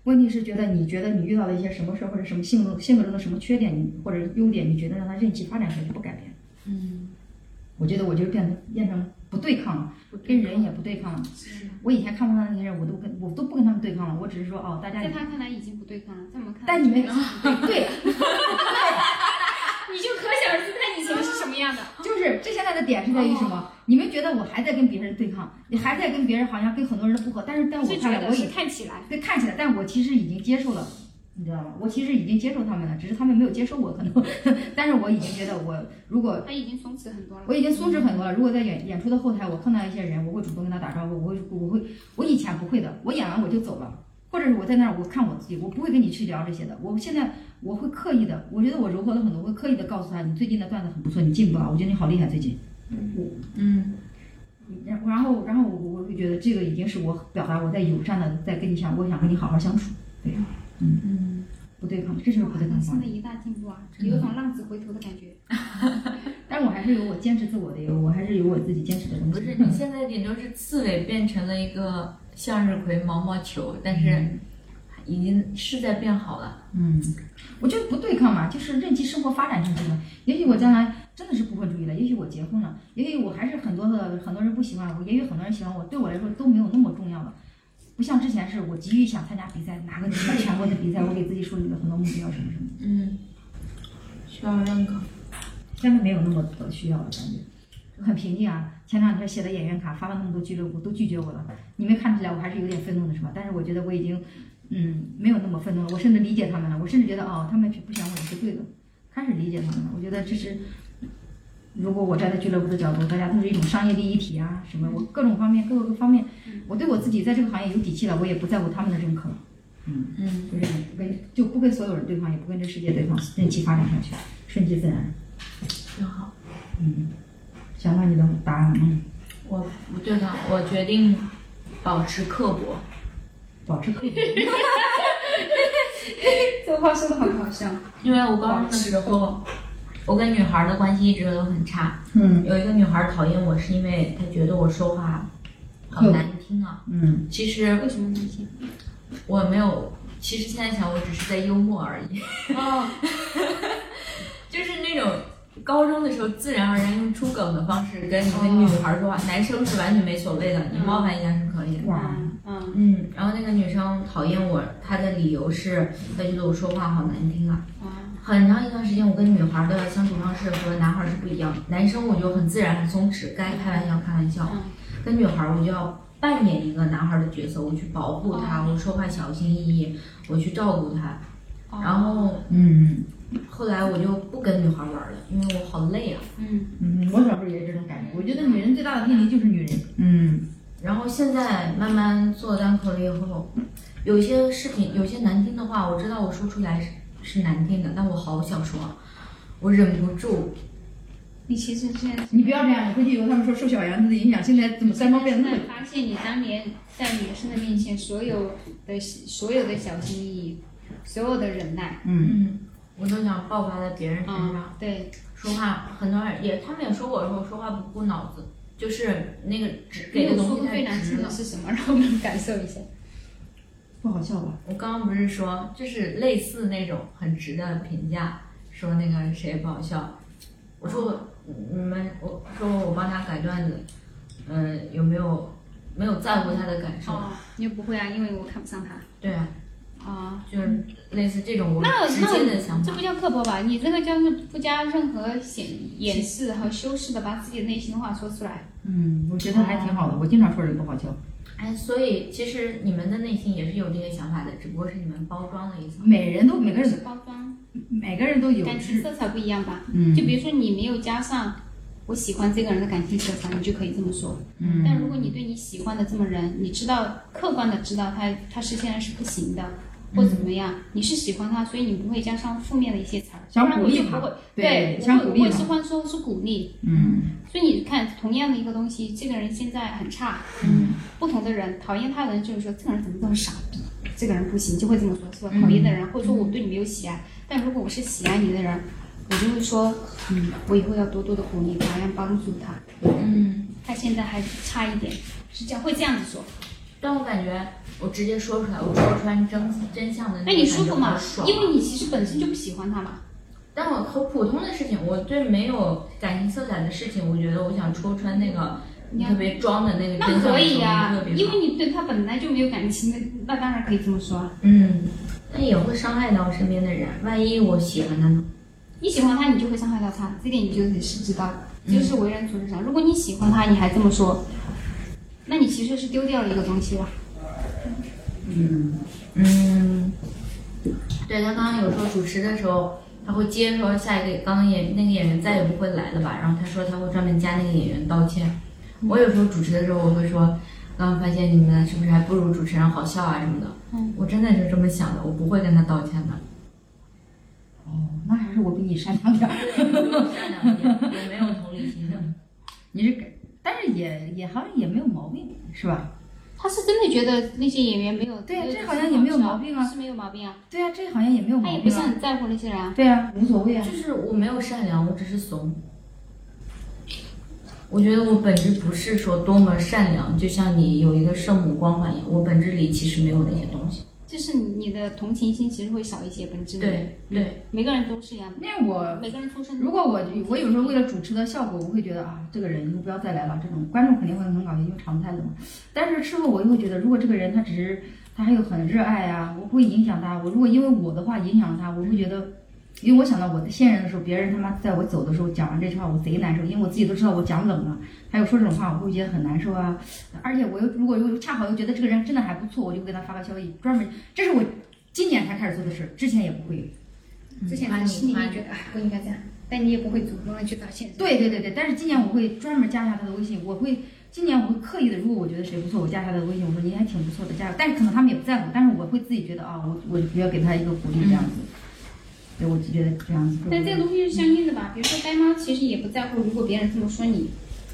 [SPEAKER 2] 问题是觉得你觉得你遇到了一些什么事儿，或者什么性格性格中的什么缺点，你或者优点，你觉得让它任其发展下去不改变。
[SPEAKER 5] 嗯，
[SPEAKER 2] 我觉得我就变成变成不对抗了，跟人也不对抗了。我以前看不上的那些人，我都跟我都不跟他们对抗了，我只是说哦，大家
[SPEAKER 3] 在他看来已经不对抗了，在我们看来，
[SPEAKER 2] 但你 们
[SPEAKER 3] 你
[SPEAKER 2] 对，
[SPEAKER 3] 就可想而知他以前是什么样的。
[SPEAKER 2] 就是这现在的点是在于什
[SPEAKER 3] 哦
[SPEAKER 2] 么？你们觉得我还在跟别人对抗，你还在跟别人好像跟很多人的不合，但是但我
[SPEAKER 3] 是
[SPEAKER 2] 看
[SPEAKER 3] 觉
[SPEAKER 2] 来
[SPEAKER 3] 得
[SPEAKER 2] 我
[SPEAKER 3] 是
[SPEAKER 2] 也
[SPEAKER 3] 看起来，
[SPEAKER 2] 对看起来，但我其实已经接受了。你知道吗？我其实已经接受他们了，只是他们没有接受我，可能。 但是我已经觉得我如果
[SPEAKER 3] 他已经松弛很多了。
[SPEAKER 2] 我已经松弛很多了。如果在演演出的后台，我碰到一些人，我会主动跟他打招呼，我会我会我以前不会的，我演完我就走了，或者是我在那儿我看我自己，我不会跟你去聊这些的。我现在我会刻意的，我觉得我柔和了很多，我会刻意的告诉他，你最近的段子很不错，你进步啊，我觉得你好厉害最近。
[SPEAKER 5] 嗯，
[SPEAKER 2] 然然后然后我我会觉得这个已经是我表达我在友善的在跟你想，我想跟你好好相处，对，嗯嗯，不对抗，这是不对
[SPEAKER 3] 哇
[SPEAKER 2] 抗
[SPEAKER 3] 那真
[SPEAKER 2] 方
[SPEAKER 3] 的一大进步啊，有种浪子回头的感 觉。
[SPEAKER 2] 但是我还是有我坚持自我的，有我还是有我自己坚持的东
[SPEAKER 5] 不
[SPEAKER 2] 西。
[SPEAKER 5] 是，你现在顶多是刺猬变成了一个向日葵毛毛球，但是已经是在变好了。
[SPEAKER 2] 嗯，我觉得不对抗嘛，就是任其生活发展下去嘛。也许我将来真的是不婚主义了，也许我结婚了，也许我还是很多的很多人不喜欢我，也许很多人喜欢我，对我来说都没有那么重要了。不像之前是我急于想参加比赛，哪个地方全国的比赛，我给自己树立了很多目标什么什么，
[SPEAKER 5] 嗯，需要认可。
[SPEAKER 2] 现在没有那么多需要了，感觉很平静啊。前两天写的演员卡发了那么多俱乐部都拒绝我了，你没看出来我还是有点愤怒的是吧？但是我觉得我已经，嗯，没有那么愤怒了，我甚至理解他们了，我甚至觉得哦，他们不选我也是对的，开始理解他们了。我觉得这是，如果我站在俱乐部的角度，大家都是一种商业利益体啊，什么我各种方面各个方面，我对我自己在这个行业有底气了，我也不在乎他们的认可了，
[SPEAKER 5] 嗯，
[SPEAKER 2] 就是不跟就不跟所有人对抗，也不跟这世界对抗，任其发展下去，顺其自然。
[SPEAKER 5] 挺好。
[SPEAKER 2] 嗯，想到你的答案吗？
[SPEAKER 5] 我不对抗，我决定保持刻薄。
[SPEAKER 2] 保持克制。
[SPEAKER 3] 这话说的好搞笑。
[SPEAKER 5] 因为我高中的时候，我跟女孩的关系一直都很差。
[SPEAKER 2] 嗯
[SPEAKER 5] 有一个女孩讨厌我，是因为她觉得我说话好难听啊。
[SPEAKER 2] 嗯，
[SPEAKER 5] 其实
[SPEAKER 3] 为什么呢？ 以前
[SPEAKER 5] 我没有，其实现在想，我只是在幽默而已。
[SPEAKER 3] 哦，
[SPEAKER 5] 就是那种高中的时候，自然而然用出梗的方式跟一个女孩说话，男生是完全没所谓的，你冒犯一下是可以的。
[SPEAKER 2] 哇，
[SPEAKER 3] 嗯，
[SPEAKER 5] 嗯，然后那个女生讨厌我，她的理由是她觉得我说话好难听啊。
[SPEAKER 3] 哇，
[SPEAKER 5] 很长一段时间，我跟女孩的相处方式和男孩是不一样的。男生我就很自然、很松弛，该开玩笑开玩笑
[SPEAKER 3] 嗯。
[SPEAKER 5] 跟女孩我就要扮演一个男孩的角色，我去保护她，我说话小心翼翼，我去照顾她。
[SPEAKER 3] 哦
[SPEAKER 5] 然后
[SPEAKER 2] 嗯
[SPEAKER 5] 后来我就不跟女孩玩了，因为我好累啊。
[SPEAKER 3] 嗯，
[SPEAKER 2] 嗯，我小时候也是这种感觉。我觉得女人最大的天敌就是女人。嗯
[SPEAKER 5] 然后现在慢慢做单口了以后，有些视频有些难听的话，我知道我说出来是是难听的，但我好想说，我忍不住。
[SPEAKER 3] 你其实现在
[SPEAKER 2] 你不要这样，你回去以后他们说受小杨子的影响，现在怎么三方面
[SPEAKER 3] 现
[SPEAKER 2] 都
[SPEAKER 3] 在发现你当年在女生的面前，所有的所有的小心翼翼，所有的忍耐，
[SPEAKER 2] 嗯
[SPEAKER 5] 嗯，我都想爆发在别人身上。
[SPEAKER 3] 嗯，对，
[SPEAKER 5] 说话很多人也，他们也说我说我说话不顾脑子，就是那个直
[SPEAKER 3] 你
[SPEAKER 5] 给
[SPEAKER 3] 有
[SPEAKER 5] 的
[SPEAKER 3] 说
[SPEAKER 5] 东西
[SPEAKER 3] 过最难
[SPEAKER 5] 太直
[SPEAKER 3] 听的
[SPEAKER 5] 了。
[SPEAKER 3] 是什么？ 让我们感受一下。
[SPEAKER 2] 不好笑吧？
[SPEAKER 5] 我刚刚不是说，就是类似那种很直的评价，说那个谁不好笑，我说我嗯你们，我说我帮他改段子，嗯、有没有没有在乎他的感受？
[SPEAKER 3] 哦，你又不会啊，因为我看不上他。
[SPEAKER 5] 对啊，
[SPEAKER 3] 哦，
[SPEAKER 5] 就是类似这种我
[SPEAKER 3] 那
[SPEAKER 5] 直
[SPEAKER 3] 那
[SPEAKER 5] 接的想
[SPEAKER 3] 这
[SPEAKER 5] 法
[SPEAKER 3] 不。叫刻薄吧？你这个叫是不加任何显掩饰和修饰的，把自己内心的话说出来。
[SPEAKER 2] 嗯，我觉得还挺好的。我经常说人不好笑，
[SPEAKER 5] 哎，所以其实你们的内心也是有这些想法的，只不过是你们包装了一层。
[SPEAKER 2] 每人都每个
[SPEAKER 3] 是
[SPEAKER 2] 人
[SPEAKER 3] 包装，
[SPEAKER 2] 每个人都有
[SPEAKER 3] 感情
[SPEAKER 2] 是
[SPEAKER 3] 色彩不一样吧？
[SPEAKER 2] 嗯
[SPEAKER 3] 就比如说你没有加上我喜欢这个人的感情色彩，你就可以这么说。
[SPEAKER 2] 嗯
[SPEAKER 3] 但如果你对你喜欢的这么人，你知道客观的知道他他是现在是不行的，或怎么样，你是喜欢他，所以你不会加上负面的一些词儿，
[SPEAKER 2] 想
[SPEAKER 3] 不然
[SPEAKER 2] 鼓
[SPEAKER 3] 我
[SPEAKER 2] 励
[SPEAKER 3] 就不
[SPEAKER 2] 他
[SPEAKER 3] 会
[SPEAKER 2] 对
[SPEAKER 3] 对，
[SPEAKER 2] 想
[SPEAKER 3] 我
[SPEAKER 2] 鼓
[SPEAKER 3] 会
[SPEAKER 2] 励
[SPEAKER 3] 我
[SPEAKER 2] 他
[SPEAKER 3] 喜欢说是鼓励。
[SPEAKER 2] 嗯
[SPEAKER 3] 所以你看，同样的一个东西，这个人现在很差，
[SPEAKER 5] 嗯，
[SPEAKER 3] 不同的人讨厌他的人就是说这个人怎么这么傻逼，这个人不行，就会这么说，是吧？讨厌的人，或者说我对你没有喜爱，但如果我是喜爱你的人，我就会说，嗯，我以后要多多的鼓励他，要帮助他，
[SPEAKER 5] 嗯，
[SPEAKER 3] 他现在还差一点，是这样会这样子说。
[SPEAKER 5] 但我感觉我直接说出来，我说穿真真相的
[SPEAKER 3] 那
[SPEAKER 5] 那
[SPEAKER 3] 哎你
[SPEAKER 5] 个
[SPEAKER 3] 舒
[SPEAKER 5] 感
[SPEAKER 3] 服
[SPEAKER 5] 觉好
[SPEAKER 3] 吗？
[SPEAKER 5] 爽。啊
[SPEAKER 3] 因为你其实本身就不喜欢他嘛。
[SPEAKER 5] 但我和普通的事情，我对没有感情色彩的事情，我觉得我想戳穿那个
[SPEAKER 3] 你看
[SPEAKER 5] 特别装的那啊个
[SPEAKER 3] 那
[SPEAKER 5] 真相
[SPEAKER 3] 可
[SPEAKER 5] 的
[SPEAKER 3] 以
[SPEAKER 5] 时
[SPEAKER 3] 呀、
[SPEAKER 5] 候，特别
[SPEAKER 3] 因
[SPEAKER 5] 好
[SPEAKER 3] 为你对他本来就没有感情，那那当然可以这么说啊。
[SPEAKER 5] 嗯，那也会伤害到身边的人。万一我喜欢他呢？
[SPEAKER 3] 你喜欢他，你就会伤害到他，这点你就得是知道的，
[SPEAKER 2] 嗯
[SPEAKER 3] 就是为人处事上。如果你喜欢他，你还这么说，那你其实是丢掉了一个东西了。
[SPEAKER 2] 嗯
[SPEAKER 5] 嗯，对他刚刚有说主持的时候，他会接说下一个刚刚演那个演员再也不会来了吧，然后他说他会专门加那个演员道歉。我有时候主持的时候我会说，刚刚发现你们是不是还不如主持人好笑啊什么的，我真的是这么想的，我不会跟他道歉的。
[SPEAKER 2] 哦，那还是我比你擅长点儿。
[SPEAKER 5] 也没有同理心的。
[SPEAKER 2] 你是给，但是也也好像也没有毛病，是吧？
[SPEAKER 3] 他是真的觉得那些演员没有
[SPEAKER 2] 对啊
[SPEAKER 3] 没有
[SPEAKER 2] 这好像也没有毛病啊
[SPEAKER 3] 是没有毛病啊，
[SPEAKER 2] 对啊，这好像也没有
[SPEAKER 3] 他
[SPEAKER 2] 毛
[SPEAKER 3] 也不
[SPEAKER 2] 病
[SPEAKER 3] 是
[SPEAKER 2] 啊。
[SPEAKER 3] 很在乎那些人啊。
[SPEAKER 2] 对啊，无所谓啊。
[SPEAKER 5] 就是我没有善良，我只是怂。我觉得我本质不是说多么善良，就像你有一个圣母光环一样，我本质里其实没有那些东西。
[SPEAKER 3] 就是你的同情心其实会少一些，本质的
[SPEAKER 5] 对对，
[SPEAKER 3] 每个人都是一样的，
[SPEAKER 2] 那我
[SPEAKER 3] 每个人出身
[SPEAKER 2] 如果我我有时候为了主持的效果，我会觉得啊，这个人以后不要再来了，这种观众肯定会很搞笑，因为常态的嘛。但是事后我又会觉得，如果这个人他只是他还有很热爱啊，我不会影响他。我如果因为我的话影响了他，我会觉得，因为我想到我的现任的时候，别人他妈在我走的时候讲完这句话，我贼难受，因为我自己都知道我讲冷了，还有说这种话，我会觉得很难受啊。而且我又如果又恰好又觉得这个人真的还不错，我就会给他发个消息，专门这是我今年才开始做的事，之前也不会。
[SPEAKER 3] 之前
[SPEAKER 5] 夸
[SPEAKER 3] 在
[SPEAKER 5] 你
[SPEAKER 3] 心里
[SPEAKER 5] 夸
[SPEAKER 3] 面
[SPEAKER 5] 你
[SPEAKER 3] 觉得啊
[SPEAKER 2] 哎
[SPEAKER 3] 不应该这样，但你也不会主动的去道歉。
[SPEAKER 2] 对对对对，但是今年我会专门加一下他的微信，我会今年我会刻意的，如果我觉得谁不错，我加一下他的微信，我说你还挺不错的，加油。但是可能他们也不在乎，但是我会自己觉得啊、我我要给他一个鼓励这样子。对，我就觉得这样子。
[SPEAKER 3] 嗯但这个东西是相应的吧，比如说呆猫其实也不在乎，如果别人这么说你，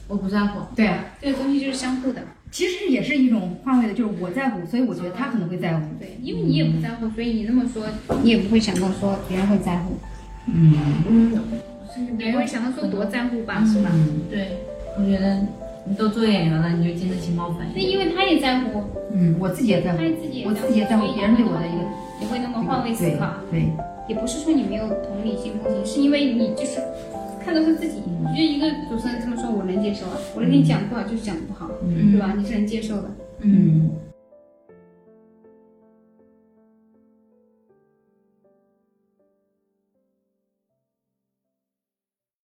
[SPEAKER 5] 我不在乎。
[SPEAKER 2] 对啊，
[SPEAKER 3] 这个东西就是相互的，
[SPEAKER 2] 其实也是一种换位的，就是我在乎，所以我觉得他可能会在乎。
[SPEAKER 3] 对，因为你也不在乎，所以你那么说，你也不会想到说别人会在乎，
[SPEAKER 2] 嗯，
[SPEAKER 5] 甚至
[SPEAKER 3] 也不会想到说多在乎吧，是吧？
[SPEAKER 5] 对，我觉得你都做演员了，你就经得起冒犯。
[SPEAKER 3] 那因为他也在乎，
[SPEAKER 2] 嗯，我自己也在
[SPEAKER 3] 他
[SPEAKER 2] 乎，
[SPEAKER 3] 也自己也
[SPEAKER 2] 我自己也在乎
[SPEAKER 3] 所以
[SPEAKER 2] 别人对我的一个
[SPEAKER 3] 不会那么换位思考。
[SPEAKER 2] 对，对
[SPEAKER 3] 也不是说你没有同理心同情，是因为你就是看到是自己，
[SPEAKER 2] 嗯
[SPEAKER 3] 你觉得一个
[SPEAKER 2] 嗯
[SPEAKER 3] 主持人这么说，我能接受啊，我那天讲不好就是讲不好，对吧？你是能接受的，
[SPEAKER 5] 嗯，